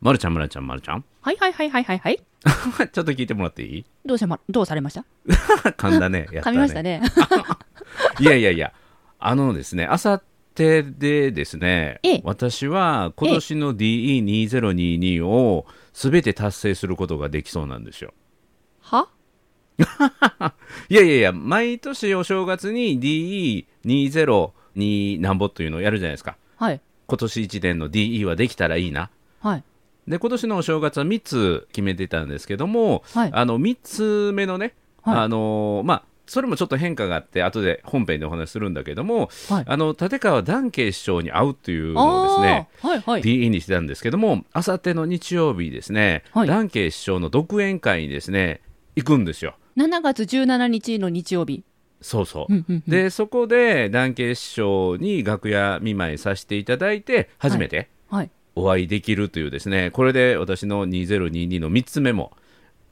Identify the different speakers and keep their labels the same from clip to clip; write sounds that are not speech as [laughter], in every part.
Speaker 1: まるちゃん、まるちゃん、まるちゃん。
Speaker 2: はいはいはいはいはいはい。
Speaker 1: [laughs] ちょっと聞いてもらってい [laughs] い
Speaker 2: どうしま、どうされました
Speaker 1: 噛んだね。やった
Speaker 2: 噛
Speaker 1: ね。
Speaker 2: みましたね。
Speaker 1: いやいやいや、あのですね、あさってでですね
Speaker 2: ええ、
Speaker 1: 私は今年の DE2022 をすべて達成することができそうなんですよ。
Speaker 2: はい
Speaker 1: やいやいや、毎年お正月に DE202 なんぼというのをやるじゃないですか。
Speaker 2: はい。
Speaker 1: 今年1年の DE はできたらいいな。
Speaker 2: はい。
Speaker 1: で、今年のお正月は3つ決めてたんですけども、
Speaker 2: はい
Speaker 1: あの、3つ目のね、
Speaker 2: はい
Speaker 1: あのーまあ、それもちょっと変化があって、後で本編でお話しするんだけども、
Speaker 2: はい
Speaker 1: あの、立川談慶市長に会うというのをですね、
Speaker 2: あーはいはい。
Speaker 1: DE にしてたんですけども、あさっての日曜日ですね、
Speaker 2: はい
Speaker 1: 談慶市長の独演会にですね、行くんですよ。
Speaker 2: 7月17日の日曜日。
Speaker 1: そうそう。
Speaker 2: うんうんうん
Speaker 1: でそこで談慶師匠に楽屋見舞いさせていただいて初めて
Speaker 2: はい。
Speaker 1: お会いできるというですねこれで私の2022の3つ目も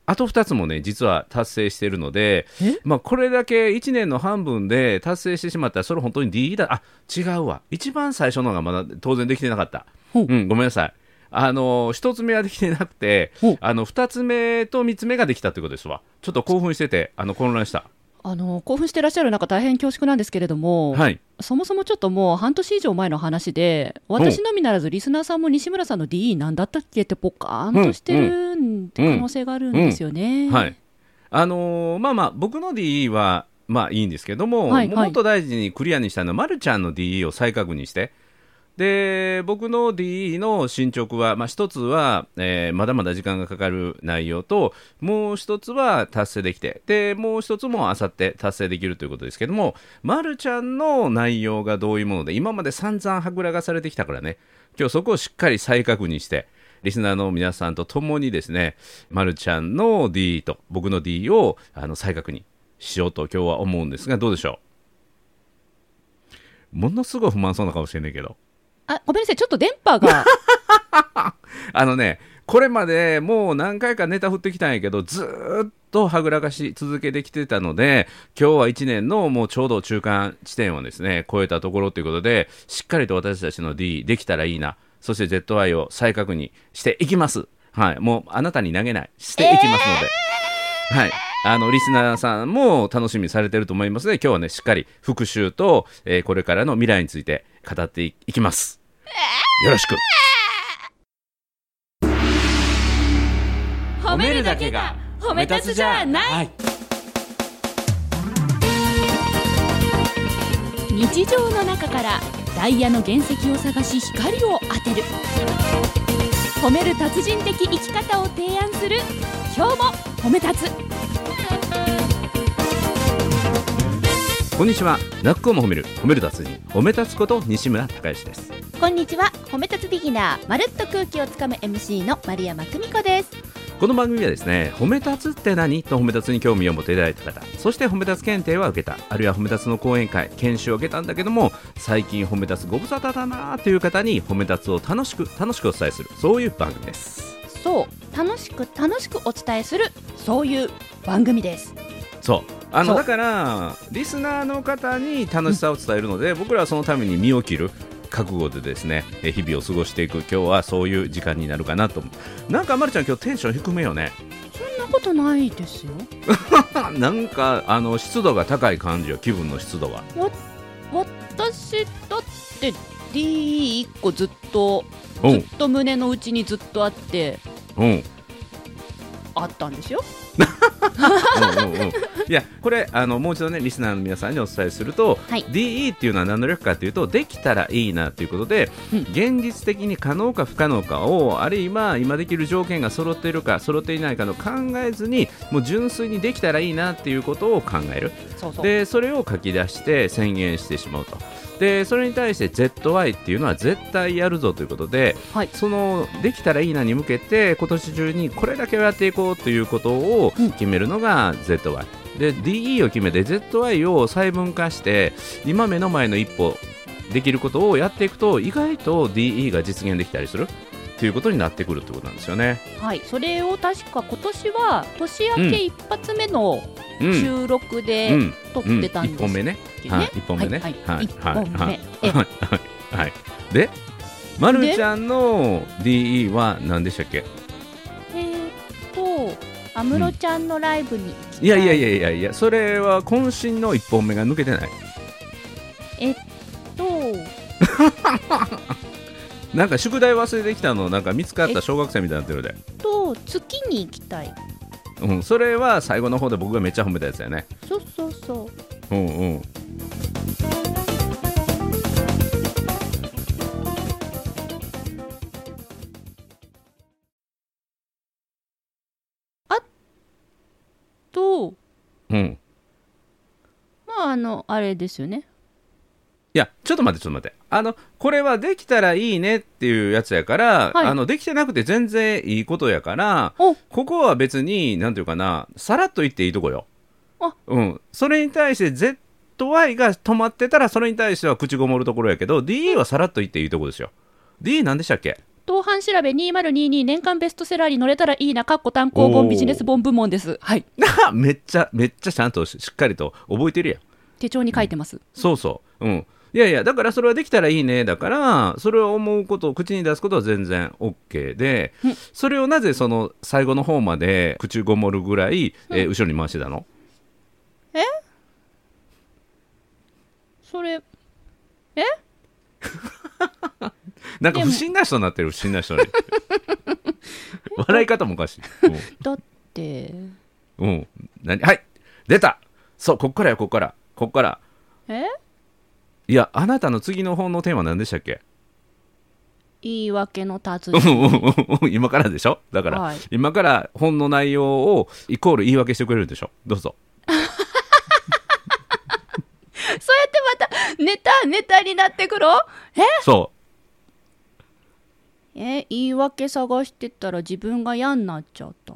Speaker 1: あと2つもね実は達成しているので
Speaker 2: え、
Speaker 1: まあ、これだけ1年の半分で達成してしまったらそれ本当に D だあ違うわ一番最初のがまだ当然できてなかった、う、
Speaker 2: ほうん
Speaker 1: ごめんなさいあの1つ目はできてなくて
Speaker 2: ほう
Speaker 1: あの2つ目と3つ目ができたということですわちょっと興奮しててあの混乱した
Speaker 2: あの、興奮してらっしゃる中大変恐縮なんですけれども、
Speaker 1: はい
Speaker 2: そもそもちょっともう半年以上前の話で、私のみならずリスナーさんも西村さんの DE なんだったっけってポカーンとしてるん可能性があるんですよね。
Speaker 1: はい。あのーまあまあ、僕の DE は、まあいいんですけども、
Speaker 2: はい
Speaker 1: も
Speaker 2: はい
Speaker 1: もっと大事にクリアにしたのは、まるちゃんの DE を再確認して、で、僕の DE の進捗は、まあ一つは、えーまだまだ時間がかかる内容と、もう一つは達成できて、で、もう一つもあさって達成できるということですけども、まるちゃんの内容がどういうもので、今まで散々はぐらがされてきたからね、今日そこをしっかり再確認して、リスナーの皆さんと共にですね、まるちゃんの D と僕の D をあの再確認しようと今日は思うんですが、どうでしょうものすごい不満そうな顔してんねんけど。
Speaker 2: あ、ごめんなさい。ちょっと電波
Speaker 1: [laughs]
Speaker 2: が。
Speaker 1: あのね、これまでもう何回かネタ振ってきたんやけど、ずーっとはぐらかし続けてきてたので、今日は1年のもうちょうど中間地点をですね、超えたところということで、しっかりと私たちの D できたらいいな、そして ZY を再確認していきます。はい、もうあなたに投げない、していきますので。はい。あの、リスナーさんも楽しみにされてると思いますので、今日はね、しっかり復習と、えーこれからの未来について語っていいきます。よろしく。
Speaker 2: 褒
Speaker 1: はい、
Speaker 2: 日常の中からダイヤの原石を探し光を当てる褒める達人的生き方を提案する今日も褒め立つ
Speaker 1: こんにちはなっこも褒める褒める達人褒め立つこと西村孝之です
Speaker 3: こんにちは褒め立つビギナーまるっと空気をつかむ MC の丸山久美子です
Speaker 1: この番組はですね褒め立つって何と褒め立つに興味を持っていただいた方そして褒め立つ検定は受けたあるいは褒め立つの講演会研修を受けたんだけども最近褒め立つご無沙汰だなという方に褒め立つを楽しく楽しくお伝えするそういう番組です
Speaker 3: そう楽しく楽しくお伝えするそういう番組です
Speaker 1: そうあの
Speaker 3: そう
Speaker 1: だからリスナーの方に楽しさを伝えるので、僕らはそのために身を切る覚悟でですねえ日々を過ごしていく今日はそういう時間になるかなと思うなんかまるちゃん今日テンション低めよね
Speaker 3: そんなことないですよ
Speaker 1: なんかあの湿度が高い感じよ気分の湿度が
Speaker 2: 私だって D1 個ずっと
Speaker 1: う
Speaker 2: ず
Speaker 1: ん
Speaker 2: っと胸の内にずっとあって
Speaker 1: うんうん
Speaker 2: あったんですよ
Speaker 1: うんうんいやこれあのもう一度ねリスナーの皆さんにお伝えすると、
Speaker 3: はい
Speaker 1: DE っていうのは何の略かというとできたらいいなということで、
Speaker 2: うん
Speaker 1: 現実的に可能か不可能かをあるいは今できる条件が揃っているか揃っていないかの考えずにもう純粋にできたらいいなっていうことを考える
Speaker 2: そうそう
Speaker 1: でそれを書き出して宣言してしまうとでそれに対して ZY っていうのは絶対やるぞということで、
Speaker 2: はい
Speaker 1: そのできたらいいなに向けて今年中にこれだけをやっていこうということを
Speaker 2: うん
Speaker 1: 決めるのが ZY、で DE を決めて ZY を細分化して今目の前の一歩できることをやっていくと意外と DE が実現できたりするということになってくるってことなんですよね。
Speaker 2: はいそれを確か今年は年明け一発目の
Speaker 1: うん
Speaker 2: 収録
Speaker 1: う
Speaker 2: で
Speaker 1: ん
Speaker 2: 撮っ
Speaker 1: うん、
Speaker 2: てたん
Speaker 1: 1
Speaker 2: ですよ
Speaker 1: 本目ね
Speaker 2: ね
Speaker 1: はい一本目ね
Speaker 2: はい
Speaker 1: はい
Speaker 2: 一本
Speaker 1: はい
Speaker 2: 目え
Speaker 1: はいはいでまるちゃんの DE は何でしたっけ
Speaker 3: えー、と安室ちゃんのライブに行きたい、
Speaker 1: いやいやいやいやいやそれは渾身の1本目が抜けてない
Speaker 3: えっと
Speaker 1: なんか宿題忘れてきたのなんか見つかった小学生みたいになってるで
Speaker 3: と月に行きたい
Speaker 1: うん、それは最後の方で僕がめっちゃ褒めたやつやね
Speaker 3: そうそうそう
Speaker 1: うんうん
Speaker 3: と
Speaker 1: うん
Speaker 3: まああのあれですよね
Speaker 1: いやちょっと待ってちょっと待ってあのこれはできたらいいねっていうやつやから、
Speaker 3: はい
Speaker 1: あのできてなくて全然いいことやから
Speaker 3: お
Speaker 1: ここは別になんていうかなさらっと言っていいとこよ
Speaker 3: あ
Speaker 1: うんそれに対して ZY が止まってたらそれに対しては口ごもるところやけど DE はさらっと言っていいとこですよ DE 何でしたっけ [laughs]
Speaker 2: 当版調べ2022年間ベストセラーに乗れたらいいな、かっこ単行本ビジネス本部門です。はい。
Speaker 1: なめっちゃめっちゃちゃんとししっかりと覚えてるやん
Speaker 2: 手帳に書いてます。
Speaker 1: そうそう。うん。いやいや、だからそれはできたらいいね。だから、それを思うことを口に出すことは全然 OK で
Speaker 2: うん、
Speaker 1: それをなぜその最後の方まで口ごもるぐらい、えー後ろに回してたの
Speaker 3: それ
Speaker 1: なんか
Speaker 3: で
Speaker 1: 不
Speaker 3: も
Speaker 1: 審な人になってる、不審な人に。 [laughs] 笑い方もおかしい。
Speaker 3: だって
Speaker 1: うん。うん、何はい出たそう、こっからよ、こっから。こっから。
Speaker 3: え
Speaker 1: いや、あなたの次の本のテーマ何でしたっけ
Speaker 3: 言い訳の達
Speaker 1: う
Speaker 3: 人
Speaker 1: んうんうんうん今からでしょだから、
Speaker 3: はい
Speaker 1: 今から本の内容をイコール言い訳してくれるでしょどうぞ。
Speaker 3: そうやってまたネタネタになってくろ
Speaker 1: そう。
Speaker 3: え言い訳探してたら自分が嫌になっちゃった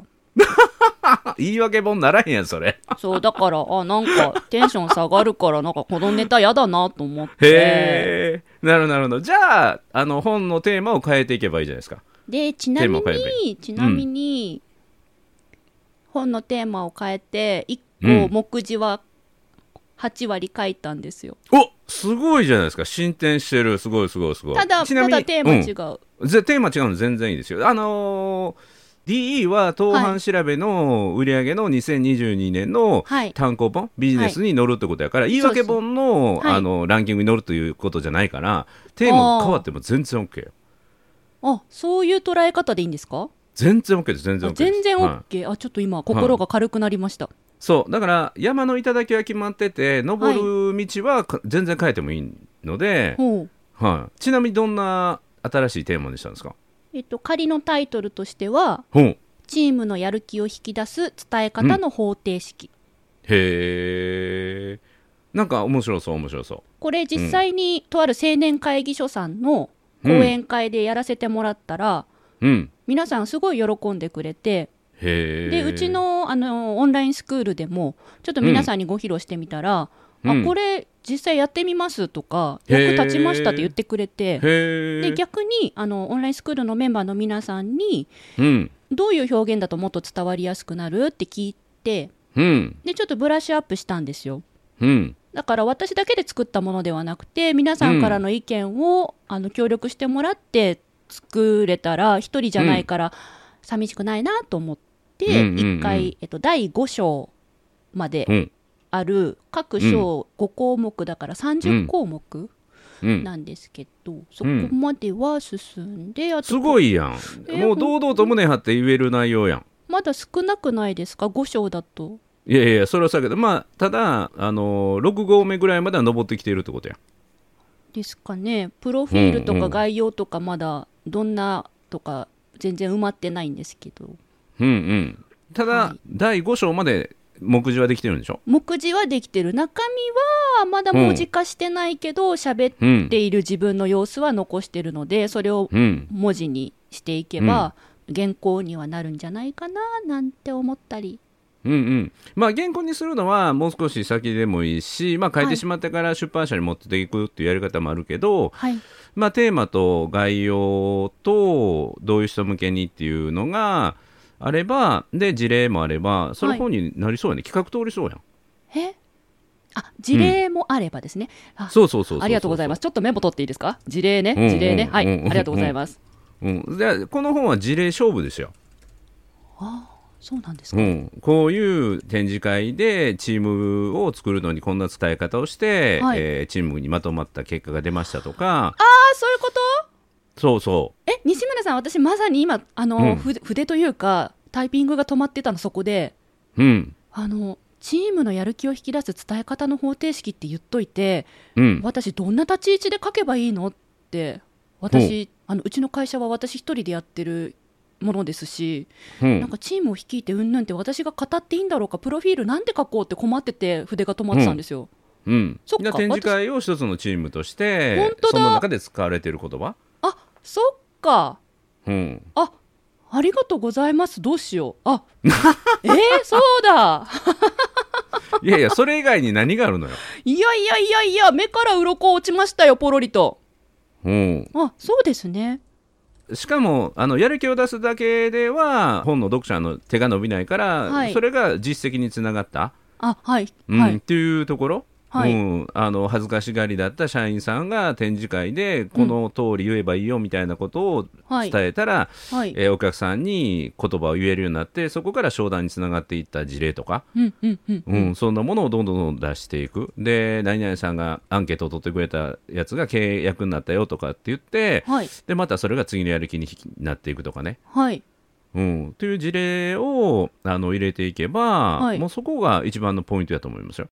Speaker 1: あ言い訳本ならへんやんそれ
Speaker 3: そうだからあなんかテンション下がるからなんかこのネタ嫌だなと思っって
Speaker 1: へえなるほどなるほどじゃああの本のテーマを変えていけばいいじゃないですか
Speaker 3: でちなみ
Speaker 1: テーマを変えれば
Speaker 3: にちなみに、本のテーマを変えて
Speaker 1: う
Speaker 3: 1
Speaker 1: ん
Speaker 3: 個目次は8割書いたんですよ、
Speaker 1: おすごいじゃないですか進展してるすごいすごいすごい
Speaker 3: ただ
Speaker 1: ち
Speaker 3: た
Speaker 1: なみに
Speaker 3: だテーマ違
Speaker 1: うん
Speaker 3: う、
Speaker 1: ぜテーマ違うの全然いいですよあのー DE は当
Speaker 3: は
Speaker 1: 半
Speaker 3: い
Speaker 1: 調べの売り上げの2022年の
Speaker 3: はい
Speaker 1: 単行本ビジネスに乗るってことやから、言い訳本の,、
Speaker 3: はい
Speaker 1: あのランキングに乗るということじゃないからテーマ変わっても全然 OK よ
Speaker 3: あそういう捉え方でいいんですか
Speaker 1: 全然 OK です全然
Speaker 3: あ
Speaker 1: OK です
Speaker 3: 全然
Speaker 1: はい
Speaker 3: OK、あちょっと今心が軽くなりました、
Speaker 1: そうだから山の頂は決まってて登る道はか全然変えてもいいので、
Speaker 3: ほう
Speaker 1: はいちなみにどんな新しいテーマにしたんですか
Speaker 3: えっと仮のタイトルとしては
Speaker 1: ほうへ
Speaker 3: チームのやる気を引き出す伝え方の方程式、
Speaker 1: えなんか面白そう面白そ
Speaker 3: これ実際にとある青年会議所さんの講演会でやらせてもらったら、
Speaker 1: ううん
Speaker 3: 皆さんすごい喜んでくれて
Speaker 1: へえ
Speaker 3: でうちのあのオンラインスクールでもちょっと皆さんにご披露してみた
Speaker 1: う
Speaker 3: ら、
Speaker 1: ん
Speaker 3: あこれ実際やってみますとか
Speaker 1: へー
Speaker 3: 役立ちましたって言ってくれて
Speaker 1: へえ
Speaker 3: で逆にあのオンラインスクールのメンバーの皆さんに
Speaker 1: うん
Speaker 3: どういう表現だともっと伝わりやすくなるって聞いて
Speaker 1: うん
Speaker 3: でちょっとブラッシュアップしたんですよ
Speaker 1: うん
Speaker 3: だから私だけで作ったものではなくて皆さんからの意見を、あの協力してもらって作れたら一人じゃないから寂しくないなと思って、一
Speaker 1: うんうんうん
Speaker 3: 回、えっと、第5章まで
Speaker 1: うん
Speaker 3: ある各章5項目だから30項目
Speaker 1: うん
Speaker 3: なんですけど、そこまでは進んであ
Speaker 1: す
Speaker 3: と
Speaker 1: ごいやん、
Speaker 3: え
Speaker 1: もう堂々と胸張って言える内容やん
Speaker 3: まだ少なくないですか5章だと。
Speaker 1: いやいやそれはさけどまあただあの6合目ぐらいまでは登ってきているってことやん
Speaker 3: ですかねプロフィールと
Speaker 1: うんう
Speaker 3: か
Speaker 1: ん
Speaker 3: 概要とかまだどんなとか全然埋まってないんですけど
Speaker 1: うんうん、ただ、
Speaker 3: はい
Speaker 1: 第5章まで目次はできてるんでしょ、
Speaker 3: 目次はできてる中身はまだ文字化してないけど喋
Speaker 1: う
Speaker 3: っ
Speaker 1: ん
Speaker 3: ている自分の様子は残してるのでそれを
Speaker 1: うん、
Speaker 3: 文字にしていけば原稿にはなるんじゃないかななんて思ったり
Speaker 1: うんうんまあ原稿にするのはもう少し先でもいいし、まあ、書い
Speaker 3: は
Speaker 1: て
Speaker 3: い
Speaker 1: しまってから出版社に持っていくっていうやり方もあるけど、
Speaker 3: はい
Speaker 1: まあ、テーマと概要とどういう人向けにっていうのがあればで事例もあればその方になりそうやね、企画通りそうやん
Speaker 3: えあ事例もあればですね、あ
Speaker 1: そうそうそうそう、
Speaker 3: ありがとうございますすちょっとメモ取っていいですか事例ね
Speaker 1: うんうん
Speaker 3: 事例ねはい
Speaker 1: うんうん
Speaker 3: ありがとうございます
Speaker 1: うん、でこの本は事例勝負ですよ
Speaker 3: そうなんです
Speaker 1: う
Speaker 3: か
Speaker 1: ん、こういう展示会でチームを作るのにこんな伝え方をして、
Speaker 3: はい
Speaker 1: えーチームにまとまった結果が出ましたとか
Speaker 3: あそういうこと
Speaker 1: そうそ
Speaker 3: え西村さん私まさに今あの、
Speaker 1: うん
Speaker 3: ふ筆というかタイピングが止まってたのそこで
Speaker 1: ううん
Speaker 3: あのチームのやる気を引き出す伝え方の方程式って言っといて
Speaker 1: うん
Speaker 3: 私どんな立ち位置で書けばいいのって私あのうちの会社は私一人でやってるものですし、
Speaker 1: う
Speaker 3: なん
Speaker 1: ん
Speaker 3: かチームを率いてうんぬんって私が語っていいんだろうかプロフィールなんで書こうって困ってて筆が止まってたんですよ、
Speaker 1: うん
Speaker 3: そっか
Speaker 1: で展示会を一つのチームとして
Speaker 3: 本当
Speaker 1: そ
Speaker 3: だ
Speaker 1: の中で使われている言葉
Speaker 3: あそっか
Speaker 1: うん
Speaker 3: あありがとうございますどうしようあ [laughs] えー、そうだ
Speaker 1: いやいやそれ以外に何があるのよ、
Speaker 3: いやいやいやいや目から鱗落ちましたよポロリと
Speaker 1: うん、
Speaker 3: あそうですね
Speaker 1: しかもあのやる気を出すだけでは本の読者の手が伸びないから、
Speaker 3: はい
Speaker 1: それが実績につながった、
Speaker 3: あはい、
Speaker 1: うん
Speaker 3: は
Speaker 1: っ
Speaker 3: い
Speaker 1: ていうところ、
Speaker 3: はい
Speaker 1: うん、あの恥ずかしがりだった社員さんが展示会でこの通り言えばいいよみたいなことを
Speaker 3: はい
Speaker 1: 伝えたら、
Speaker 3: はい
Speaker 1: えーお客さんに言葉を言えるようになってそこから商談につながっていった事例とか、
Speaker 3: うんうんうん
Speaker 1: うんそんなものをどんどんどんどん出していくで何々さんがアンケートを取ってくれたやつが契約になったよとかって言って
Speaker 3: はい
Speaker 1: でまたそれが次のやる気になっていくとかね。
Speaker 3: はい
Speaker 1: うん、という事例をあの入れていけば、
Speaker 3: はい
Speaker 1: もうそこが一番のポイントだと思いますよ。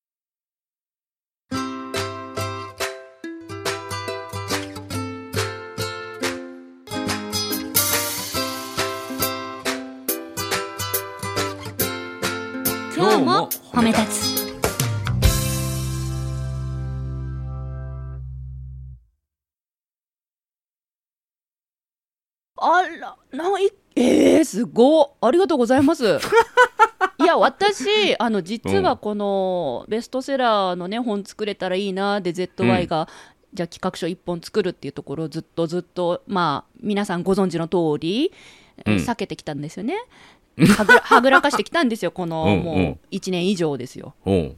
Speaker 2: 今日も褒め立つ
Speaker 3: あらないえー、すごいありがとうございます
Speaker 2: [laughs]
Speaker 3: いや私あの実
Speaker 1: う
Speaker 3: は
Speaker 1: ん
Speaker 3: このベストセラーのね本作れたらいいなで ZY が、じゃあ企画書1本作るっていうところをずっとずっとまあ皆さんご存知の通り、
Speaker 1: うん
Speaker 3: 避けてきたんですよね
Speaker 1: [laughs]
Speaker 3: はぐらはぐらかしてきたんですよこの
Speaker 1: うんう
Speaker 3: も
Speaker 1: ん
Speaker 3: う1年以上ですよ
Speaker 1: うん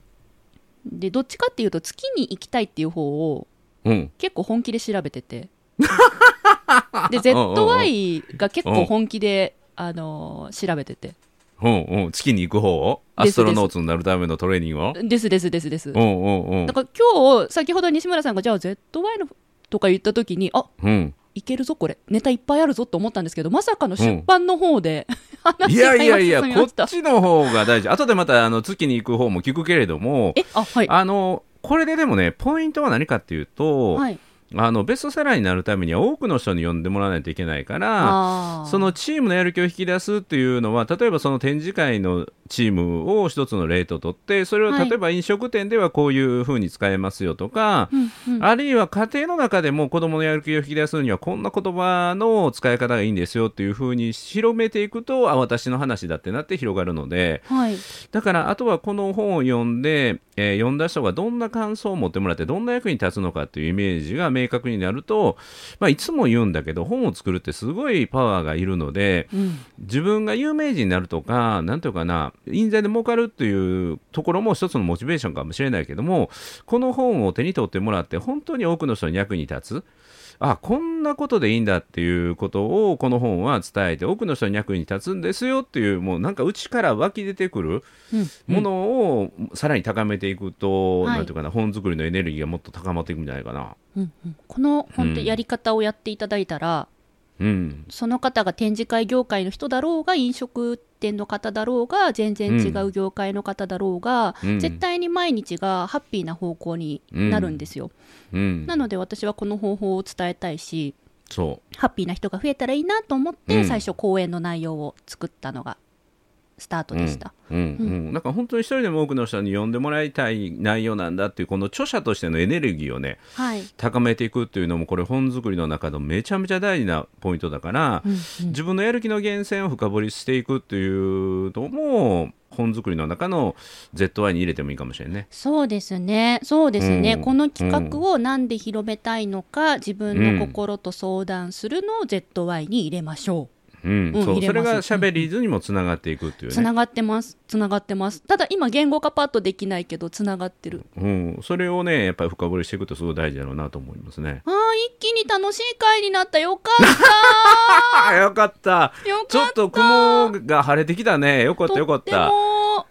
Speaker 3: でどっちかっていうと月に行きたいっていう方を
Speaker 1: うん
Speaker 3: 結構本気で調べ
Speaker 1: [laughs]
Speaker 3: てて
Speaker 1: う
Speaker 3: で
Speaker 1: んうんうん
Speaker 3: ZY が結構本気で、あのー調べてて
Speaker 1: うんうん、月に行く方をア
Speaker 3: です
Speaker 1: ストロノーツになるためのトレーニングを
Speaker 3: ですですですです、
Speaker 1: うんうんうん
Speaker 3: だから今日先ほど西村さんがじゃあ ZY のとか言った時にあ
Speaker 1: うん
Speaker 3: いけるぞこれネタいっぱいあるぞと思ったんですけどまさかの出版の方で、
Speaker 1: い
Speaker 3: 話が
Speaker 1: やいや
Speaker 3: 今
Speaker 1: いや
Speaker 3: 進み
Speaker 1: こ
Speaker 3: ました
Speaker 1: っちの方が大事後でまたあの月に行く方も聞くけれども
Speaker 3: えあはい
Speaker 1: あのこれででもねポイントは何かっていうと、
Speaker 3: はい
Speaker 1: あのベストセラーになるためには多くの人に呼んでもらわないといけないから
Speaker 3: あー
Speaker 1: そのチームのやる気を引き出すっていうのは例えばその展示会のチームを一つの例ととってそれを
Speaker 3: はい
Speaker 1: 例えば飲食店ではこういうふうに使えますよとか、
Speaker 3: うんうん
Speaker 1: あるいは家庭の中でも子供のやる気を引き出すにはこんな言葉の使い方がいいんですよっていう風に広めていくとあ私の話だってなって広がるので
Speaker 3: はい
Speaker 1: だからあとはこの本を読んで、えー読んだ人がどんな感想を持ってもらってどんな役に立つのかっていうイメージが明確になると、まあ、いつも言うんだけど本を作るってすごいパワーがいるので
Speaker 3: うん
Speaker 1: 自分が有名人になるとかなんていうかな印税で儲かるっていうところも一つのモチベーションかもしれないけどもこの本を手に取ってもらって本当に多くの人に役に立つあこんなことでいいんだっていうことをこの本は伝えて多くの人に役に立つんですよっていうもうなんか内から湧き出てくる
Speaker 3: うん
Speaker 1: ものをさらに高めていくと、
Speaker 3: はい
Speaker 1: なんていうかな本作りのエネルギーがもっと高まっていくんじゃないかな。
Speaker 3: うんうんこの本当やり方をやっていただいたら、
Speaker 1: うん、
Speaker 3: その方が展示会業界の人だろうが飲食店の方だろうが全然違う業界の方だろうが、
Speaker 1: うん
Speaker 3: 絶対に毎日がハッピーな方向になるんですよ、
Speaker 1: うん
Speaker 3: な、ので私はこの方法を伝えたいし
Speaker 1: そ
Speaker 3: ハッピーな人が増えたらいいなと思っ
Speaker 1: う
Speaker 3: て
Speaker 1: ん
Speaker 3: 最初講演の内容を作ったのがスタートでした、
Speaker 1: うんうんうん、なんか本当に一人でも多くの人に呼んでもらいたい内容なんだっていうこの著者としてのエネルギーをね
Speaker 3: はい、
Speaker 1: 高めていくっていうのもこれ本作りの中のめちゃめちゃ大事なポイントだから、
Speaker 3: うんうん
Speaker 1: 自分のやる気の源泉を深掘りしていくっていうのも本作りの中の ZY に入れてもいいかもしれんね。
Speaker 3: そうですね、そうですね、
Speaker 1: うん
Speaker 3: この企画をなんで広めたいのか、自分の心と相談するのを ZY に入れましょ
Speaker 1: う
Speaker 3: う。
Speaker 1: ん
Speaker 3: うん
Speaker 1: そう
Speaker 3: 入れます
Speaker 1: それが喋り図にもつながっていくっていう
Speaker 3: つ
Speaker 1: ね、
Speaker 3: ながってますつながってますただ今言語化パッとできないけどつながってる
Speaker 1: うん、それをねやっぱり深掘りしていくとすごい大事だろうなと思いますね
Speaker 3: あー一気に楽しい回になったよかっ
Speaker 1: ああよかった [laughs]
Speaker 3: たよかった
Speaker 1: ちょっと雲が晴れてきたねよかったよかっ
Speaker 3: とって
Speaker 1: た
Speaker 3: も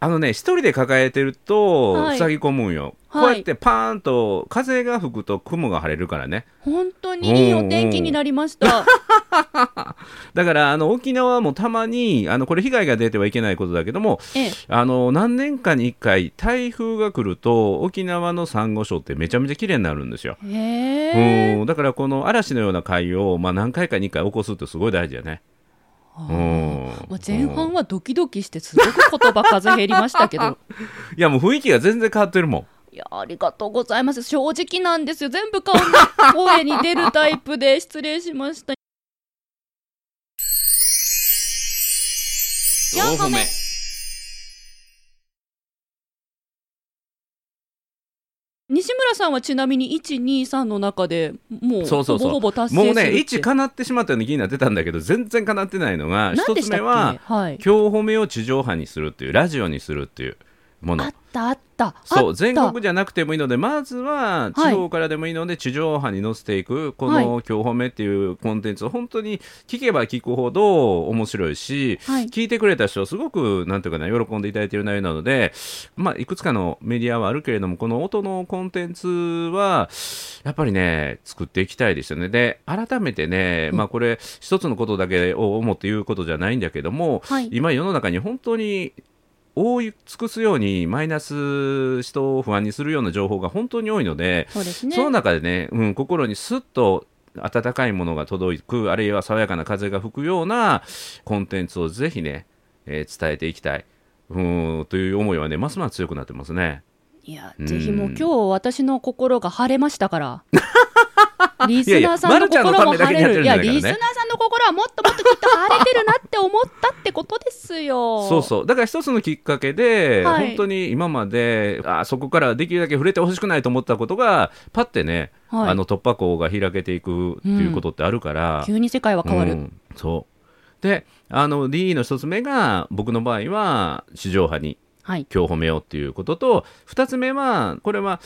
Speaker 1: あのね一人で抱えてると
Speaker 3: はい
Speaker 1: 塞ぎ込むんよ、
Speaker 3: はい
Speaker 1: こうやってパーンと風が吹くと雲が晴れるからね
Speaker 3: 本当にいいお天気になりました
Speaker 1: だからあの沖縄もたまにあのこれ被害が出てはいけないことだけども
Speaker 3: ええ
Speaker 1: あの何年かに1回台風が来ると沖縄のサンゴ礁ってめちゃめちゃ綺麗になるんですよ、
Speaker 3: へえ
Speaker 1: うんだからこの嵐のような海を、まあ、何回か2回起こすってすごい大事だね、うん
Speaker 3: まあ、前半はドキドキしてすごく言葉数減りましたけど
Speaker 1: いやもう雰囲気が全然変わってるもん
Speaker 3: いやありがとうございます正直なんですよ全部顔の声に出るタイプで失礼しました4個目西村さんはちなみに123の中でもう
Speaker 1: そうそうそう
Speaker 3: ほぼほぼ達成す
Speaker 1: も
Speaker 3: る
Speaker 1: うね
Speaker 3: って
Speaker 1: 1かなってしまったような気になってたんだけど全然かなってないのが
Speaker 3: 何
Speaker 1: 一
Speaker 3: で
Speaker 1: つ
Speaker 3: した
Speaker 1: 目
Speaker 3: っけ
Speaker 1: は
Speaker 3: はい、
Speaker 1: 今日褒めを地上波にするっていうラジオにするっていうもの
Speaker 3: あったあった
Speaker 1: そ
Speaker 3: あっ
Speaker 1: う
Speaker 3: た
Speaker 1: 全国じゃなくてもいいのでまずは地方からでもいいので地上波に載せていくこ
Speaker 3: はい
Speaker 1: の「今日褒め」っていうコンテンツを本当に聞けば聞くほど面白いし、
Speaker 3: はい
Speaker 1: 聞いてくれた人すごくなんていうかな喜んでいただいている内容なので、まあ、いくつかのメディアはあるけれどもこの音のコンテンツはやっぱりね作っていきたいですよねで改めてね、
Speaker 3: うん
Speaker 1: まあ、これ一つのことだけを思って言うことじゃないんだけども、
Speaker 3: はい
Speaker 1: 今世の中に本当に覆い尽くすようにマイナス人を不安にするような情報が本当に多いので、
Speaker 3: そうですね
Speaker 1: その中でね、うん、心にすっと温かいものが届くあるいは爽やかな風が吹くようなコンテンツをぜひね、えー伝えていきたい。うんという思いはねますます強くなってますね。
Speaker 3: いや、
Speaker 1: うん
Speaker 3: ぜひもう今日私の心が晴れましたから。
Speaker 1: [laughs]
Speaker 3: リスナーさん
Speaker 1: いやいやま
Speaker 3: の
Speaker 1: るちゃんの
Speaker 3: 心
Speaker 1: た
Speaker 3: も
Speaker 1: めだけに
Speaker 3: 晴
Speaker 1: やって
Speaker 3: れる。
Speaker 1: るん
Speaker 3: い
Speaker 1: じゃないから
Speaker 3: や、
Speaker 1: ね
Speaker 3: リスナーさんの心はもっともっときっと晴れてるなって思ったってことですよ。
Speaker 1: そうそうだから一つのきっかけで、
Speaker 3: はい
Speaker 1: 本当に今まであそこからできるだけ触れてほしくないと思ったことがパッてね、
Speaker 3: はい
Speaker 1: あの突破口が開けていくっていうことってあるから、
Speaker 3: 急に世界は変わる。
Speaker 1: うんそうであの D の一つ目が僕の場合は地上波に
Speaker 3: はい。
Speaker 1: 今日褒めようっていうことと二つ目はこれは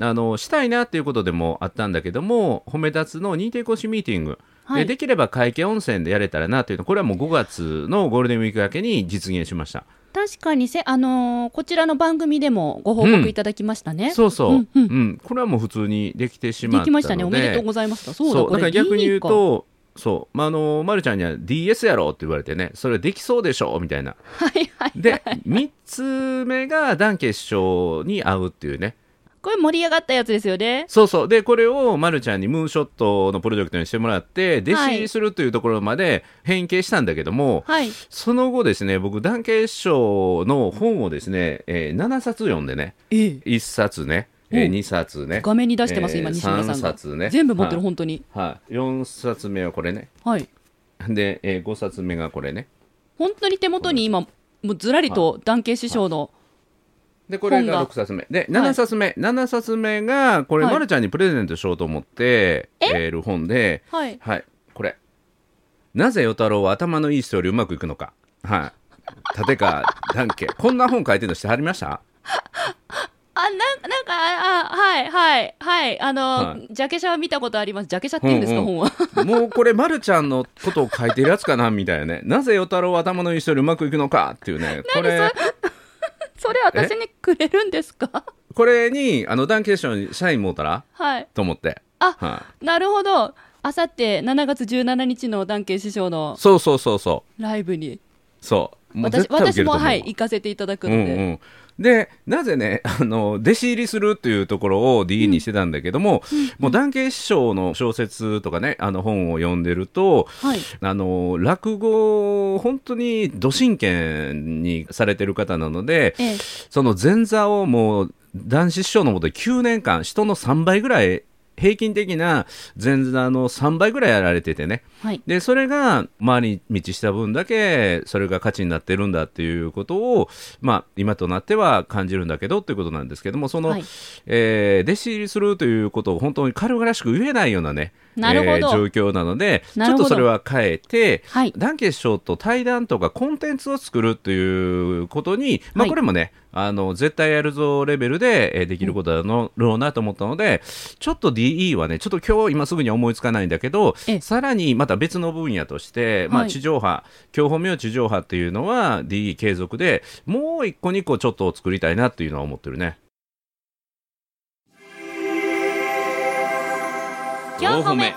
Speaker 1: あのしたいなっていうことでもあったんだけども褒め立つの認定講師ミーティング、
Speaker 3: は
Speaker 1: で
Speaker 3: い。
Speaker 1: できれば会計温泉でやれたらなというのこれはもう5月のゴールデンウィーク明けに実現しました
Speaker 3: 確かにせ、あのーこちらの番組でもご報告いただきましたね。
Speaker 1: そうそう、
Speaker 3: うんうん
Speaker 1: これはもう普通にできてし
Speaker 3: で
Speaker 1: まったので
Speaker 3: きましたね。おめでとうございました。そうだ、
Speaker 1: そう
Speaker 3: こ
Speaker 1: だ
Speaker 3: れ
Speaker 1: から逆に言う
Speaker 3: D か。
Speaker 1: とそう、まあ、あのまるちゃんには DS やろって言われてねそれできそうでしょみたいな
Speaker 3: はいはい。
Speaker 1: で、3つ目が団決勝に合うっていうね。
Speaker 3: これ盛り上がったやつですよね。
Speaker 1: そうそう。で、これをまるちゃんにムーンショットのプロジェクトにしてもらって、弟子
Speaker 3: はい
Speaker 1: 入りするというところまで変形したんだけども、
Speaker 3: はい。
Speaker 1: その後ですね、僕、団決勝の本をですね、えー7冊読んでね、
Speaker 3: ええ。
Speaker 1: 1冊ね、え
Speaker 3: お
Speaker 1: ー、2冊ね、
Speaker 3: 画面に出してます、
Speaker 1: えー
Speaker 3: 今、西村さん
Speaker 1: 三
Speaker 3: が。
Speaker 1: 冊ね
Speaker 3: 全部持ってる、
Speaker 1: はい
Speaker 3: 本当に。
Speaker 1: はい、4冊目はこれね。
Speaker 3: はい。
Speaker 1: で、え5冊目がこれね。
Speaker 3: 本当に手元に今、もうずらりと団慶師匠の、
Speaker 1: でこれ
Speaker 3: 本が
Speaker 1: が6冊目で7冊目、7冊目がこれ、
Speaker 3: はい
Speaker 1: まるちゃんにプレゼントしようと思ってえーる本で
Speaker 3: はい、
Speaker 1: はいこれ「なぜ与太郎は頭のいい人よりうまくいくのか」はい立川談家こんな本書いてるのしてはりました
Speaker 3: あなんなんかああはいはいはいあの、
Speaker 1: はい
Speaker 3: ジャケ写は見たことありますジャケ写っていうんですか、
Speaker 1: うんうん
Speaker 3: 本は [laughs]
Speaker 1: もうこれ、ま、るちゃんのことを書いてるやつかなみたいなね「なぜ与太郎は頭のいい人よりうまくいくのか」っていうねこれ
Speaker 3: それ私にくれるんですか [laughs]
Speaker 1: これにあのダンケーションに社員もうたら
Speaker 3: はい
Speaker 1: と思って、
Speaker 3: あ
Speaker 1: はい
Speaker 3: なるほどあさって7月17日の団慶師匠の
Speaker 1: そうそうそうそ
Speaker 3: ライブに
Speaker 1: うそうもう
Speaker 3: 私
Speaker 1: 絶対受け
Speaker 3: 私
Speaker 1: ると
Speaker 3: も
Speaker 1: 思うわ
Speaker 3: はい行かせていただくので、
Speaker 1: うんうん、でなぜね [laughs] あの弟子入りするというところを D にしてたんだけども、もう談慶師匠の小説とかねあの本を読んでると
Speaker 3: はい
Speaker 1: あの落語を本当にど真剣にされてる方なので
Speaker 3: ええ
Speaker 1: その前座をもう男子師匠のもとで9年間人の3倍ぐらい平均的な前座の3倍ぐらいやられててね
Speaker 3: はい。
Speaker 1: でそれが回り道した分だけそれが価値になってるんだっていうことを、まあ、今となっては感じるんだけどということなんですけどもその、
Speaker 3: はい
Speaker 1: えー弟子入りするということを本当に軽々しく言えないようなね
Speaker 3: なるほど
Speaker 1: えー状況なのでちょ
Speaker 3: なる
Speaker 1: っ
Speaker 3: ほど
Speaker 1: とそれは変えて、
Speaker 3: はい
Speaker 1: ダンケ師匠と対談とかコンテンツを作るということに、ま
Speaker 3: は
Speaker 1: あ、
Speaker 3: い
Speaker 1: これもね、あの絶対やるぞレベルでえーできることだろうなと思ったので、ちょっと DE はねちょっと今日今すぐには思いつかないんだけど
Speaker 3: ええ
Speaker 1: さらにまた別の分野として、まあ、
Speaker 3: はい
Speaker 1: 地上波、教本名地上波っていうのは DE 継続でもう一個二個ちょっと作りたいなっていうのは思ってるね。
Speaker 2: 4歩目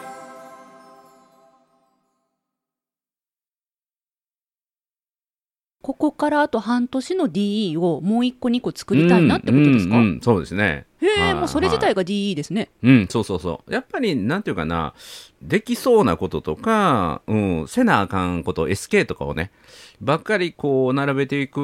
Speaker 3: ここからあと半年の DE をもう1個2個作りたいなってことですか、
Speaker 1: うんうんうんそうですね。
Speaker 3: へ
Speaker 1: は
Speaker 3: え、
Speaker 1: い
Speaker 3: もうそれ自体が DE ですね。
Speaker 1: うん、そうそうそう。やっぱり、なんていうかな、できそうなこととか、うん、せなあかんこと、SK とかをね、ばっかりこう、並べていく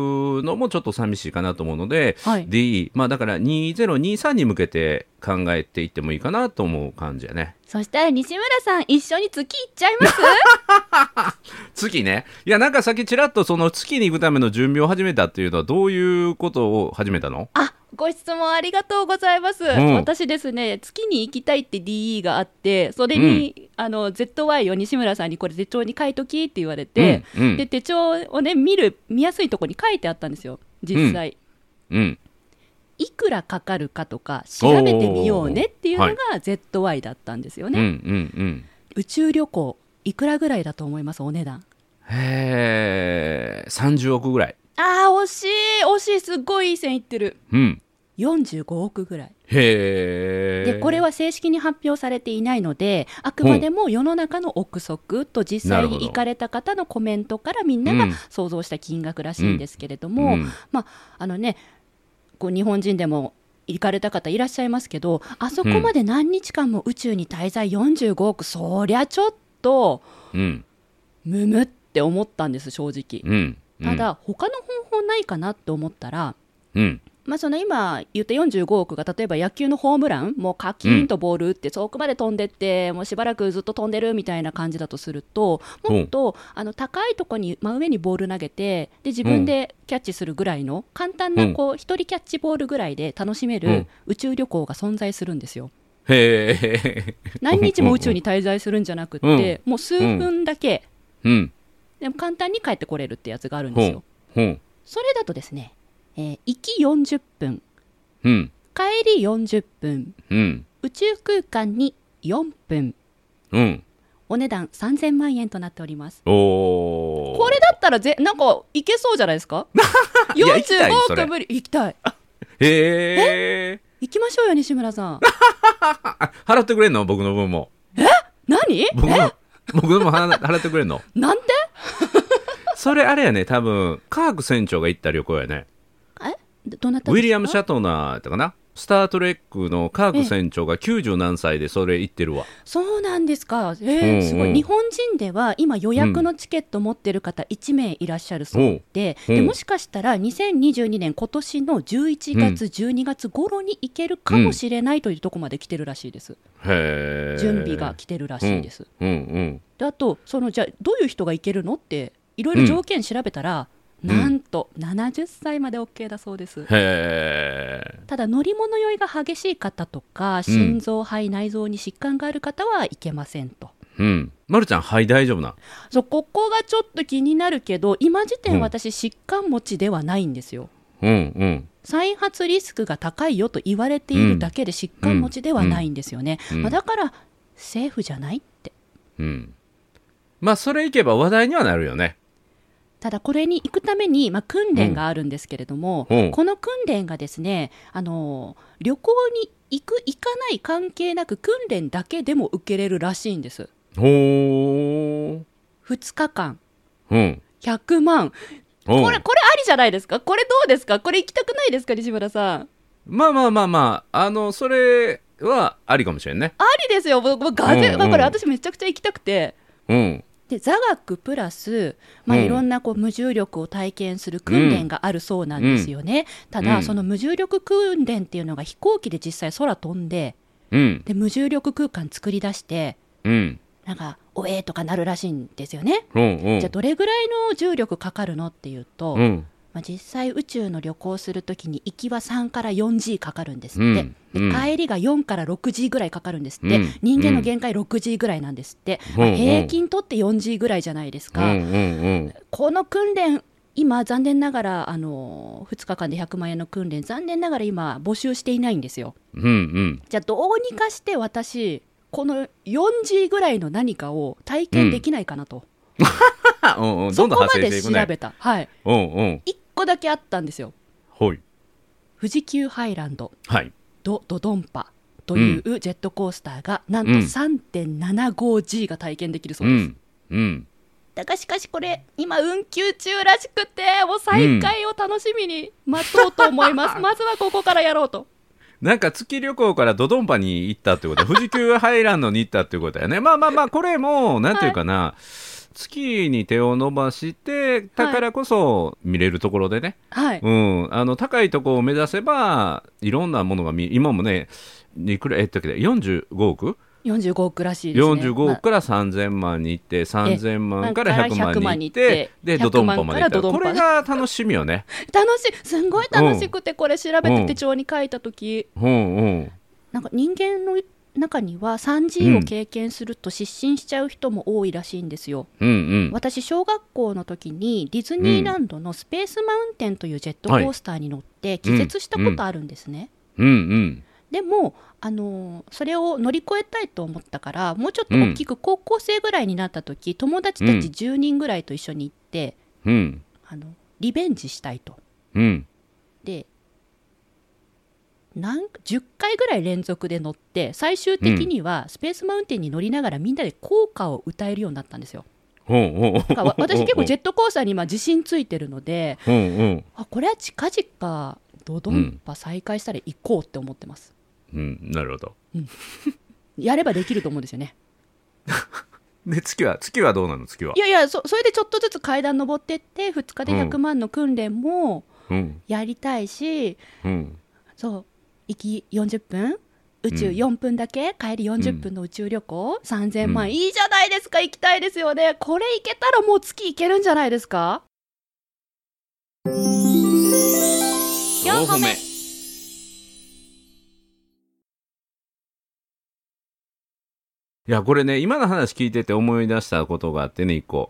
Speaker 1: のもちょっと寂しいかなと思うので、
Speaker 3: はい。
Speaker 1: D、まあだから2023に向けて考えていってもいいかなと思う感じやね。
Speaker 2: そしたら西村さん一緒に月行っちゃい
Speaker 1: [laughs]
Speaker 2: ます
Speaker 1: 月ね。いや、なんかさっきちらっとその月に行くための準備を始めたっていうのはどういうことを始めたの
Speaker 2: あご質問ありがとうございます、
Speaker 1: うん
Speaker 3: 私ですね、月に行きたいって DE があって、それに、あの、ZY を西村さんにこれ手帳に書いときって言われて、、
Speaker 1: うん、うん
Speaker 3: で、手帳をね、見る、見やすいとこに書いてあったんですよ、実際。
Speaker 1: うん。
Speaker 3: いくらかかるかとか調べてみようねっていうのが ZY だったんですよ
Speaker 1: うん、う
Speaker 3: ね、
Speaker 1: ん、うん。
Speaker 3: 宇宙旅行いくらぐらいだと思いますお値段
Speaker 1: へえ、30億ぐらい。
Speaker 3: あー惜しい惜しいすっごいいい線いってる
Speaker 1: うん。
Speaker 3: 45億ぐらい
Speaker 1: へえ。
Speaker 3: でこれは正式に発表されていないのであくまでも世の中の憶測と実
Speaker 1: なる
Speaker 3: 際
Speaker 1: ほど
Speaker 3: に行かれた方のコメントからみんな
Speaker 1: う
Speaker 3: が
Speaker 1: ん
Speaker 3: 想像した金額らしいんですけれども、
Speaker 1: うん
Speaker 3: まああのねこう日本人でも行かれた方いらっしゃいますけどあそこまで何日間も宇宙に滞在45億、そりゃちょっと
Speaker 1: うん
Speaker 3: むむって思ったんです正直、
Speaker 1: うん
Speaker 3: ただ他の方法ないかなって思ったら、
Speaker 1: うん
Speaker 3: まあ、その今言った45億が例えば野球のホームランもうカキーンとボール打って遠くまで飛んでってもうしばらくずっと飛んでるみたいな感じだとするともっとあの高いところに真上にボール投げてで自分でキャッチするぐらいの簡単
Speaker 1: う
Speaker 3: なんこう一人キャッチボールぐらいで楽しめ
Speaker 1: う
Speaker 3: る
Speaker 1: ん
Speaker 3: 宇宙旅行が存在するんですよ。
Speaker 1: へえ
Speaker 3: 何日も宇宙に滞在するんじゃなくってもう数分だけ
Speaker 1: うん
Speaker 3: でも簡単に帰ってこれるってやつがあるん
Speaker 1: ほ
Speaker 3: です
Speaker 1: う
Speaker 3: よ。
Speaker 1: ほう
Speaker 3: それだとですね、えー行き40分
Speaker 1: うん
Speaker 3: 帰り40分
Speaker 1: うん
Speaker 3: 宇宙空間に4分
Speaker 1: うん
Speaker 3: お値段3000万円となっております
Speaker 1: おお
Speaker 3: これだったらぜなんかいけそうじゃないですか
Speaker 1: [laughs] いや行きたいそ
Speaker 3: 45
Speaker 1: れ
Speaker 3: 億無理行きたい
Speaker 1: へえ
Speaker 3: 行きましょうよ西村さん
Speaker 1: [laughs] 払ってくれんの僕の分も [laughs]
Speaker 3: 何
Speaker 1: 僕の僕の分も払払ってくれんの
Speaker 3: なんて
Speaker 1: それあれやね多分カーク船長が行った旅行やね
Speaker 3: えどなたですか
Speaker 1: ウィリアム・シャトナーやったかなスター・トレックのカーク船長が90何歳でそれ行ってるわ
Speaker 3: そうなんですかえー
Speaker 1: うんうん
Speaker 3: すごい日本人では今予約のチケット持ってる方1名いらっしゃるそうで,、
Speaker 1: うん
Speaker 3: で
Speaker 1: うん
Speaker 3: もしかしたら2022年今年の11月、12月頃に行けるかもしれないというとこまで来てるらしいです、
Speaker 1: へえ
Speaker 3: 準備が来てるらしいです、
Speaker 1: うんうん
Speaker 3: であとそのじゃあどういう人がいけるのっていろいろ条件調べたら、
Speaker 1: うん
Speaker 3: なんと70歳まで OK だそうです、
Speaker 1: へえ
Speaker 3: ただ乗り物酔いが激しい方とか
Speaker 1: うん
Speaker 3: 心臓肺内臓に疾患がある方はいけませんと、
Speaker 1: うんまるちゃん肺大丈夫なん
Speaker 3: そうここがちょっと気になるけど今時
Speaker 1: うん
Speaker 3: 点私疾患持ちではないんですよ
Speaker 1: うんうん
Speaker 3: 再発リスクが高いよと言われているだけで疾患持ちではないんですよね、
Speaker 1: うんうん
Speaker 3: まあ、だからセーフじゃないって
Speaker 1: うん。まあ、それいけば話題にはなるよね。
Speaker 3: ただこれに行くために、まあ、訓練があるんですけれども、
Speaker 1: うんうん
Speaker 3: この訓練がですねあの旅行に行く行かない関係なく訓練だけでも受けれるらしいんです
Speaker 1: ほー。
Speaker 3: 2日間
Speaker 1: うん。
Speaker 3: 100万
Speaker 1: うん
Speaker 3: これこれありじゃないですかこれどうですかこれ行きたくないですか西村さん
Speaker 1: まあまあまあまあ、あの、それはありかもしれんね。
Speaker 3: ありですよ僕僕ガゼ、
Speaker 1: うん
Speaker 3: まあ、これ
Speaker 1: うん
Speaker 3: 私めちゃくちゃ行きたくて
Speaker 1: うん。
Speaker 3: で座学プラス、まあ、
Speaker 1: うん
Speaker 3: いろんなこう無重力を体験する訓練があるそうなんですよね、た
Speaker 1: う
Speaker 3: だ
Speaker 1: ん
Speaker 3: その無重力訓練っていうのが飛行機で実際空飛んで
Speaker 1: うん
Speaker 3: で無重力空間作り出して
Speaker 1: うん
Speaker 3: なんかおえーとかなるらしいんですよね。
Speaker 1: うんうん
Speaker 3: じゃあどれぐらいの重力かかるのっていうと、
Speaker 1: うん
Speaker 3: まあ、実際宇宙の旅行するときに行きは3から 4G かかるんですって、
Speaker 1: うん
Speaker 3: で
Speaker 1: うん
Speaker 3: 帰りが4から 6G ぐらいかかるんですって、
Speaker 1: うん
Speaker 3: 人間の限界 6G ぐらいなんですって、
Speaker 1: うん
Speaker 3: まあ
Speaker 1: うん
Speaker 3: 平均とって 4G ぐらいじゃないです
Speaker 1: うん
Speaker 3: か、
Speaker 1: うん
Speaker 3: この訓練今残念ながらあの2日間で100万円の訓練残念ながら今募集していないんですよ
Speaker 1: うんうん
Speaker 3: じゃあどうにかして私この 4G ぐらいの何かを体験できないかなと、
Speaker 1: あうんうんど
Speaker 3: そ
Speaker 1: んどん
Speaker 3: こま
Speaker 1: 発生して
Speaker 3: で
Speaker 1: い
Speaker 3: 調
Speaker 1: くね
Speaker 3: べた、はい、
Speaker 1: うんうん
Speaker 3: 1個だけあったんですよ
Speaker 1: ほい
Speaker 3: 富士急ハイランド
Speaker 1: はい
Speaker 3: ドドドンパというジェットコースターが、なんと
Speaker 1: うん
Speaker 3: 3.75G が体験できるそう
Speaker 1: う
Speaker 3: です、
Speaker 1: んうん
Speaker 3: だがしかしこれ今運休中らしくてもう再開を楽しみに待とうと思います、 [laughs] まずはここからやろうと
Speaker 1: なんか月旅行からドドンパに行ったって
Speaker 3: [laughs]
Speaker 1: こと富士急ハイランドに行ったってことだよねまあまあまあこれもなんていうかな、月に手を伸ばしてだからこそ見れるところでね、
Speaker 3: はい、
Speaker 1: うん、あの高いとこを目指せばいろんなものが見今もねいくらえっと45億
Speaker 3: 45億らしいですね
Speaker 1: 45億から3000万に行って3000万から100万に行って
Speaker 3: え
Speaker 1: でドドンパまで行った
Speaker 3: 100万
Speaker 1: こ
Speaker 3: か
Speaker 1: れ
Speaker 3: らドド
Speaker 1: が
Speaker 3: ン
Speaker 1: 楽しみよね
Speaker 3: 楽しいすんごい楽しくてこれ調
Speaker 1: う
Speaker 3: べて
Speaker 1: ん
Speaker 3: 手帳に書いた時、
Speaker 1: うんうん
Speaker 3: なんか人間の中には 3G を経験すると失神しちゃう人も多いらしいんですよ、
Speaker 1: うんうん
Speaker 3: 私小学校の時にディズニーランドのスペースマウンテンというジェットコースターに乗って気絶したことあるんですね、
Speaker 1: うんうん
Speaker 3: でも、あのーそれを乗り越えたいと思ったからもうちょっと大きく高校生ぐらいになった時、友達たち10人ぐらいと一緒に行って、
Speaker 1: うん
Speaker 3: あのリベンジしたいと
Speaker 1: うん
Speaker 3: でなん10回ぐらい連続で乗って最終的にはスペースマウンテンに乗りながらみんなで効果を歌えるようになったんですよ。
Speaker 1: ほうほうほう
Speaker 3: だからわ私結構ジェットコースターに今自信ついてるので
Speaker 1: ほうほう
Speaker 3: あこれは近々ドドンパ再開したら行こうって思ってます、
Speaker 1: うんなるほど
Speaker 3: やればできると思うんですよね
Speaker 1: で月は月はどうなの月はい
Speaker 3: やいやそそれでちょっとずつ階段登ってって2日で100万の訓練も
Speaker 1: うん
Speaker 3: やりたいし、
Speaker 1: うん
Speaker 3: そう行き40分宇宙
Speaker 1: うん
Speaker 3: 4分だけ、帰り40分の宇宙旅行、3000万、
Speaker 1: うん
Speaker 3: いいじゃないですか行きたいですよねこれ行けたらもう月行けるんじゃないですか
Speaker 1: 4
Speaker 2: 歩目
Speaker 1: いやこれね今の話聞いてて思い出したことがあってね一個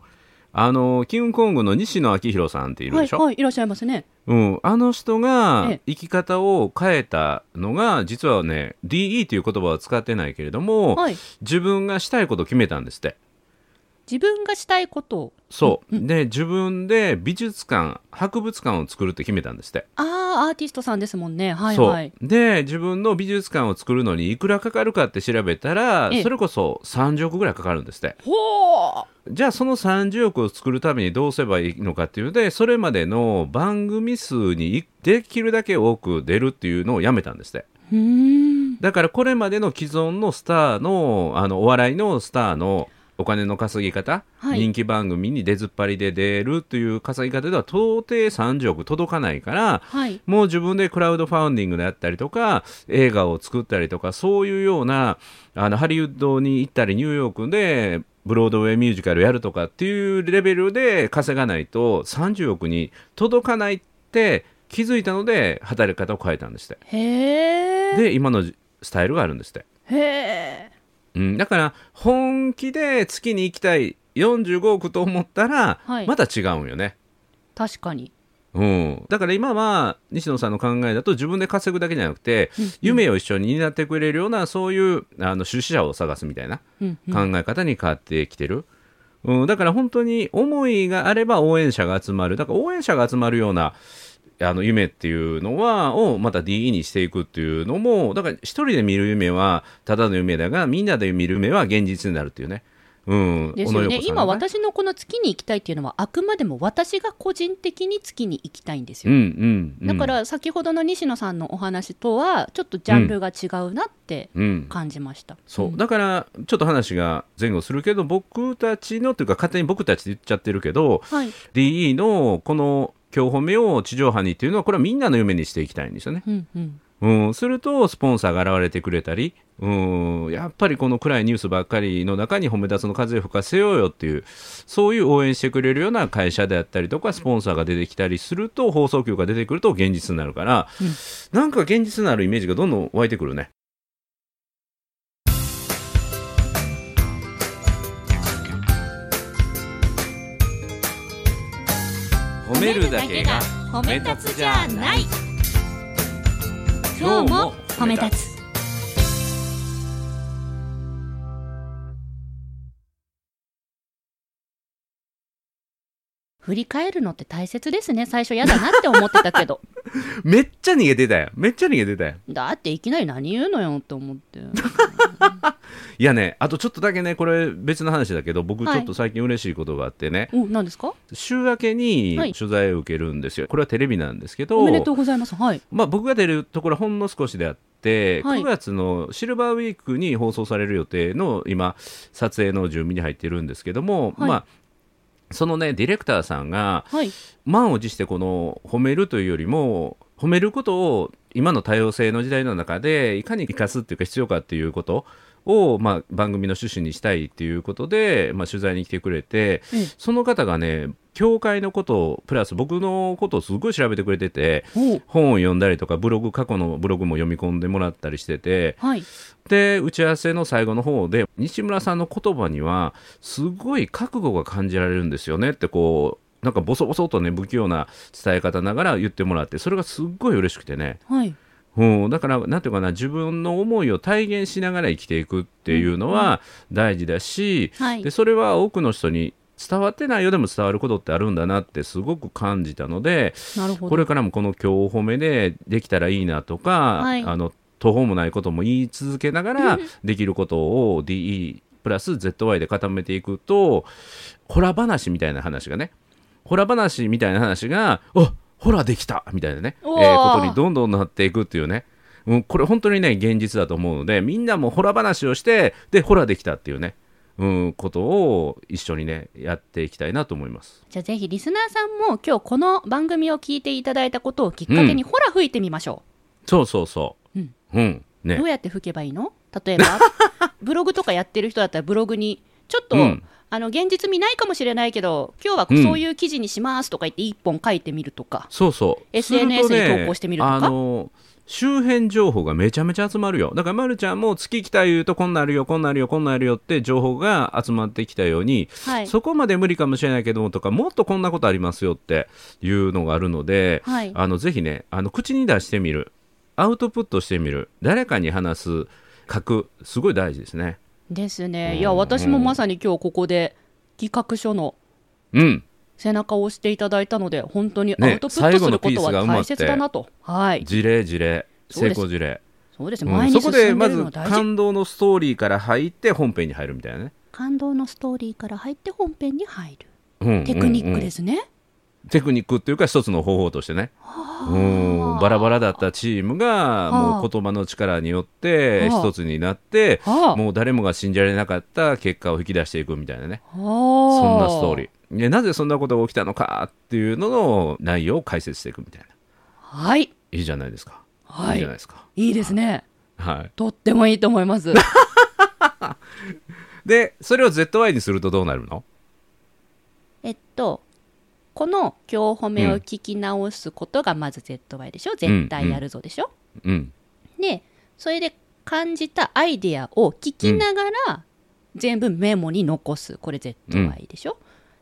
Speaker 1: あのキングコングの西野昭弘さんっている
Speaker 3: は
Speaker 1: で
Speaker 3: い、
Speaker 1: しょ、
Speaker 3: はい、いらっしゃいますね
Speaker 1: うん、あの人が
Speaker 3: ええ
Speaker 1: 生き方を変えたのが実はね DE という言葉は使ってないけれども、
Speaker 3: はい
Speaker 1: 自分がしたいことを決めたんですって
Speaker 3: 自分がしたいことを
Speaker 1: そう、で自分で美術館博物館を作るって決めたんですって、
Speaker 3: ああアーティストさんですもんねはいはい
Speaker 1: そうで自分の美術館を作るのにいくらかかるかって調べたら
Speaker 3: ええ
Speaker 1: それこそ30億ぐらいかかるんですって
Speaker 3: ほ
Speaker 1: じゃあその30億を作るためにどうすればいいのかっていうのでそれまでの番組数にできるだけ多く出るっていうのをやめたんですって
Speaker 3: ううーん
Speaker 1: だからこれまでの既存のスターのあのお笑いのスターのお金の稼ぎ方、
Speaker 3: はい
Speaker 1: 人気番組に出ずっぱりで出るという稼ぎ方では到底30億届かないから
Speaker 3: はい
Speaker 1: もう自分でクラウドファンディングであったりとか映画を作ったりとかそういうようなあのハリウッドに行ったりニューヨークでブロードウェイミュージカルやるとかっていうレベルで稼がないと30億に届かないって気づいたので働き方を変えたんですって。
Speaker 3: へえ
Speaker 1: で今のスタイルがあるんですって、
Speaker 3: へえ
Speaker 1: うん、だから本気で月に行きたい45億と思ったら、
Speaker 3: はい
Speaker 1: また違うんよね、
Speaker 3: 確かに
Speaker 1: うん、だから今は西野さんの考えだと自分で稼ぐだけじゃなくて、夢を一緒に担ってくれるようなそういうあの出資者を探すみたいな
Speaker 3: うんうん
Speaker 1: 考え方に変わってきてる、うん、だから本当に思いがあれば応援者が集まるだから応援者が集まるようなあの夢っていうのはをまた DE にしていくっていうのもだから一人で見る夢はただの夢だがみんなで見る夢は現実になるっていうね。うん、
Speaker 3: ですよ
Speaker 1: 小野
Speaker 3: ね
Speaker 1: 洋子さん
Speaker 3: 今
Speaker 1: の
Speaker 3: 私のこの月に行きたいっていうのはあくまでも私が個人的に月に行きたいんです
Speaker 1: うん
Speaker 3: よ、
Speaker 1: うんうん、
Speaker 3: だから先ほどの西野さんのお話とはちょっとジャンルが違うなって
Speaker 1: うん、
Speaker 3: 感じました、
Speaker 1: そうだからちょっと話が前後するけど僕たちのというか勝手に僕たちって言っちゃってるけど
Speaker 3: はい
Speaker 1: DE のこの今日褒めを地上波にっていうのはこれはみんなの夢にしていきたいんですよね。
Speaker 3: うんうん
Speaker 1: うん、するとスポンサーが現れてくれたり、うんやっぱりこの暗いニュースばっかりの中に褒め立つの風を吹かせようよっていうそういう応援してくれるような会社であったりとかスポンサーが出てきたりすると放送局が出てくると現実になるから、なんか現実のあるイメージがどんどん湧いてくるね。褒めるだけが
Speaker 2: 褒
Speaker 1: め立つじゃない
Speaker 2: 今日も褒め立つ
Speaker 3: 振り返るのって大切ですね最初嫌だなって思ってた
Speaker 1: [laughs]
Speaker 3: けど
Speaker 1: めっちゃ逃げてたよめっちゃ逃げてたよ
Speaker 3: だっていきなり何言うのよって思って
Speaker 1: [laughs] いやねあとちょっとだけねこれ別の話だけど僕ち
Speaker 3: はい
Speaker 1: ょっと最近嬉しいことがあってね、
Speaker 3: お何ですか
Speaker 1: 週明け
Speaker 3: は
Speaker 1: に
Speaker 3: い
Speaker 1: 取材を受けるんですよ、これはテレビなんですけ
Speaker 3: おめでと
Speaker 1: ど、
Speaker 3: うございますはい
Speaker 1: まあ、僕が出るところはほんの少しであって、
Speaker 3: はい
Speaker 1: 9月のシルバーウィークに放送される予定の今撮影の準備に入ってるんですけども、
Speaker 3: はい
Speaker 1: まあそのねディレクターさんが
Speaker 3: はい
Speaker 1: 満を持してこの褒めるというよりも褒めることを今の多様性の時代の中でいかに生かすっていうか必要かっていうことを、まあ、番組の趣旨にしたいっていうことで、まあ、取材に来てくれて、
Speaker 3: うん
Speaker 1: その方がね教会のことをプラス僕のことをすごい調べてくれてて
Speaker 3: お
Speaker 1: 本を読んだりとかブログ過去のブログも読み込んでもらったりしてて
Speaker 3: はい
Speaker 1: で打ち合わせの最後の方で西村さんの言葉にはすごい覚悟が感じられるんですよねってこうなんかボソボソとね不器用な伝え方ながら言ってもらってそれがすっごい嬉しくてね、
Speaker 3: はい
Speaker 1: うん、だからなんていうかな自分の思いを体現しながら生きていくっていうのは大事だし、
Speaker 3: はい
Speaker 1: でそれは多くの人に伝わってないよでも伝わることってあるんだなってすごく感じたので、
Speaker 3: なるほ
Speaker 1: こ
Speaker 3: ど
Speaker 1: れからもこの今日褒めでできたらいいなとか、
Speaker 3: はい
Speaker 1: あの途方もないことも言い続けながらできることを DE プラス ZY で固めていくとホラ話みたいな話がねホラ話みたいな話があホラできたみたいなね、えー
Speaker 3: おー
Speaker 1: ことにどんどんなっていくっていうねうん、これ本当にね現実だと思うのでみんなもホラ話をしてでホラできたっていうね、うん、ことを一緒にねやっていきたいなと思います。
Speaker 3: じゃあぜひリスナーさんも今日この番組を聞いていただいたことをきっかけにほら吹いてみましょ
Speaker 1: そうそうそう。
Speaker 3: うん、
Speaker 1: うん、
Speaker 3: う、
Speaker 1: ね
Speaker 3: どうやって吹けばいいの例え
Speaker 1: [laughs]
Speaker 3: ばブログとかやってる人だったらブログにちょっと、
Speaker 1: うん
Speaker 3: あの現実味ないかもしれないけど今日はそういう記事にしますとか言って一本書いてみるとか、
Speaker 1: そうそう。
Speaker 3: SNS
Speaker 1: するとね
Speaker 3: に投稿してみるとか
Speaker 1: あの周辺情報がめちゃめちゃ集まるよ。だから、まるちゃんも月来た言うと、こんなんあるよ、こんなんあるよ、こんなんあるよって情報が集まってきたように、
Speaker 3: はい
Speaker 1: そこまで無理かもしれないけどもとか、もっとこんなことありますよっていうのがあるので、
Speaker 3: はい
Speaker 1: あのぜひねあの、口に出してみる、アウトプットしてみる、誰かに話す、書く、すごい大事ですね。
Speaker 3: ですねいや私もまさに今日ここで企画書の
Speaker 1: うん、
Speaker 3: 背中を押していただいたので本当にア
Speaker 1: ね
Speaker 3: ウトプットすることは
Speaker 1: 最後のピースが埋ま
Speaker 3: 大
Speaker 1: って
Speaker 3: 切だなと、はい
Speaker 1: 事例、事例、
Speaker 3: そう
Speaker 1: 成
Speaker 3: です
Speaker 1: 功事例。
Speaker 3: そうですね、
Speaker 1: う
Speaker 3: 前
Speaker 1: ん、
Speaker 3: に
Speaker 1: そ
Speaker 3: 進
Speaker 1: こ
Speaker 3: んで
Speaker 1: で
Speaker 3: る
Speaker 1: ま
Speaker 3: の
Speaker 1: ず
Speaker 3: は大事
Speaker 1: 感動のストーリーから入って本編に入るみたいなね、
Speaker 3: 感動のストーリーから入って本編に入る
Speaker 1: うん
Speaker 3: テクニックですすね、
Speaker 1: テクニックっていうか一つの方法としてねうんバラバラだったチームが
Speaker 3: はあ
Speaker 1: もう言葉の力によって
Speaker 3: はあ
Speaker 1: 一つになって
Speaker 3: はあ
Speaker 1: もう誰もが信じられなかった結果を引き出していくみたいなねそ
Speaker 3: そ
Speaker 1: んなストーリーでなぜそんなことが起きたのかっていうのの内容を解説していくみたいな
Speaker 3: はい
Speaker 1: いいじゃないですか、、
Speaker 3: は
Speaker 1: い
Speaker 3: いい
Speaker 1: じゃないですか
Speaker 3: いいですね
Speaker 1: はい
Speaker 3: とってもいいと思います
Speaker 1: [laughs] でそれを ZY にするとどうなるの
Speaker 3: えっとこの「今日褒め」を聞き直すことがまず ZY でしょ、絶対やるぞでしょ、
Speaker 1: うん
Speaker 3: でそれで感じたアイデアを聞きながら全部メモに残すこれ ZY でしょ、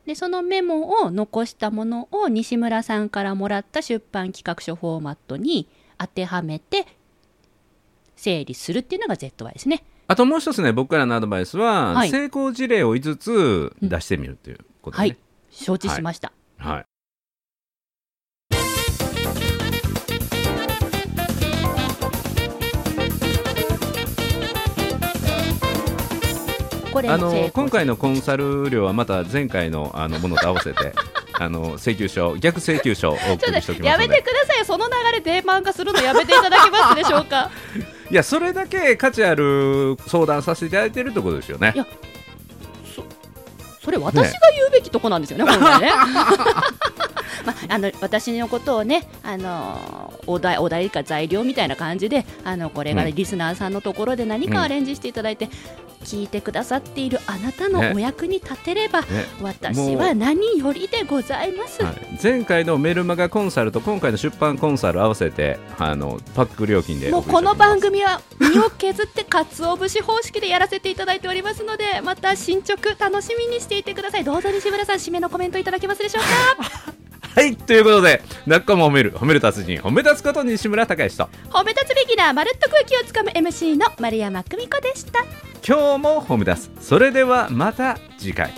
Speaker 3: でそのメモを残したものを西村さんからもらった出版企画書フォーマットに当てはめて整理するっていうのが ZY ですね
Speaker 1: あともう一つね僕からのアドバイスは、
Speaker 3: はい
Speaker 1: 成功事例を5つ出してみるっていうこと
Speaker 3: は
Speaker 1: ね、
Speaker 3: い承知しました、
Speaker 1: はい
Speaker 3: これ
Speaker 1: あ
Speaker 3: も成
Speaker 1: の
Speaker 3: 功
Speaker 1: 今回のコンサル料はまた前回のあのものと合わせ
Speaker 3: [laughs]
Speaker 1: てあの請求書逆請求書をお
Speaker 3: ちょ
Speaker 1: 送
Speaker 3: っ
Speaker 1: りしておき
Speaker 3: と
Speaker 1: ま
Speaker 3: や
Speaker 1: すの
Speaker 3: め
Speaker 1: で
Speaker 3: てくださいその流れで漫画するのやめていただけますでしょうか
Speaker 1: いやそれだけ価値ある相談させていただいてるってことですよね
Speaker 3: いや
Speaker 1: [laughs]
Speaker 3: それ私が言うべきとこなんですよね、本来ね。まあ、あの私のことをねあのお題お題か材料みたいな感じであのこれが
Speaker 1: うん
Speaker 3: リスナーさんのところで何かアレンジしていただいて、聞いてくださっているあなたの
Speaker 1: ね
Speaker 3: お役に立てれば、
Speaker 1: ね
Speaker 3: 私は何よりでございます。
Speaker 1: はい、前回のメルマガコンサルと今回の出版コンサル合わせてあのパック料金でお
Speaker 3: もう
Speaker 1: 送りし
Speaker 3: こ
Speaker 1: ており
Speaker 3: の
Speaker 1: ます
Speaker 3: 番組は身を削って鰹節方式でやらせていただいておりますのでまた進捗楽しみにしていてくださいどうぞ西村さん締めのコメントいただけますでしょうか
Speaker 1: はいということで「なっこも褒める褒める達人褒め立つこと西村隆之と
Speaker 3: 褒め立つべきなまるっと空気をつかむ MC の丸山久美子でした
Speaker 1: 今日も褒め立つそれではまた次回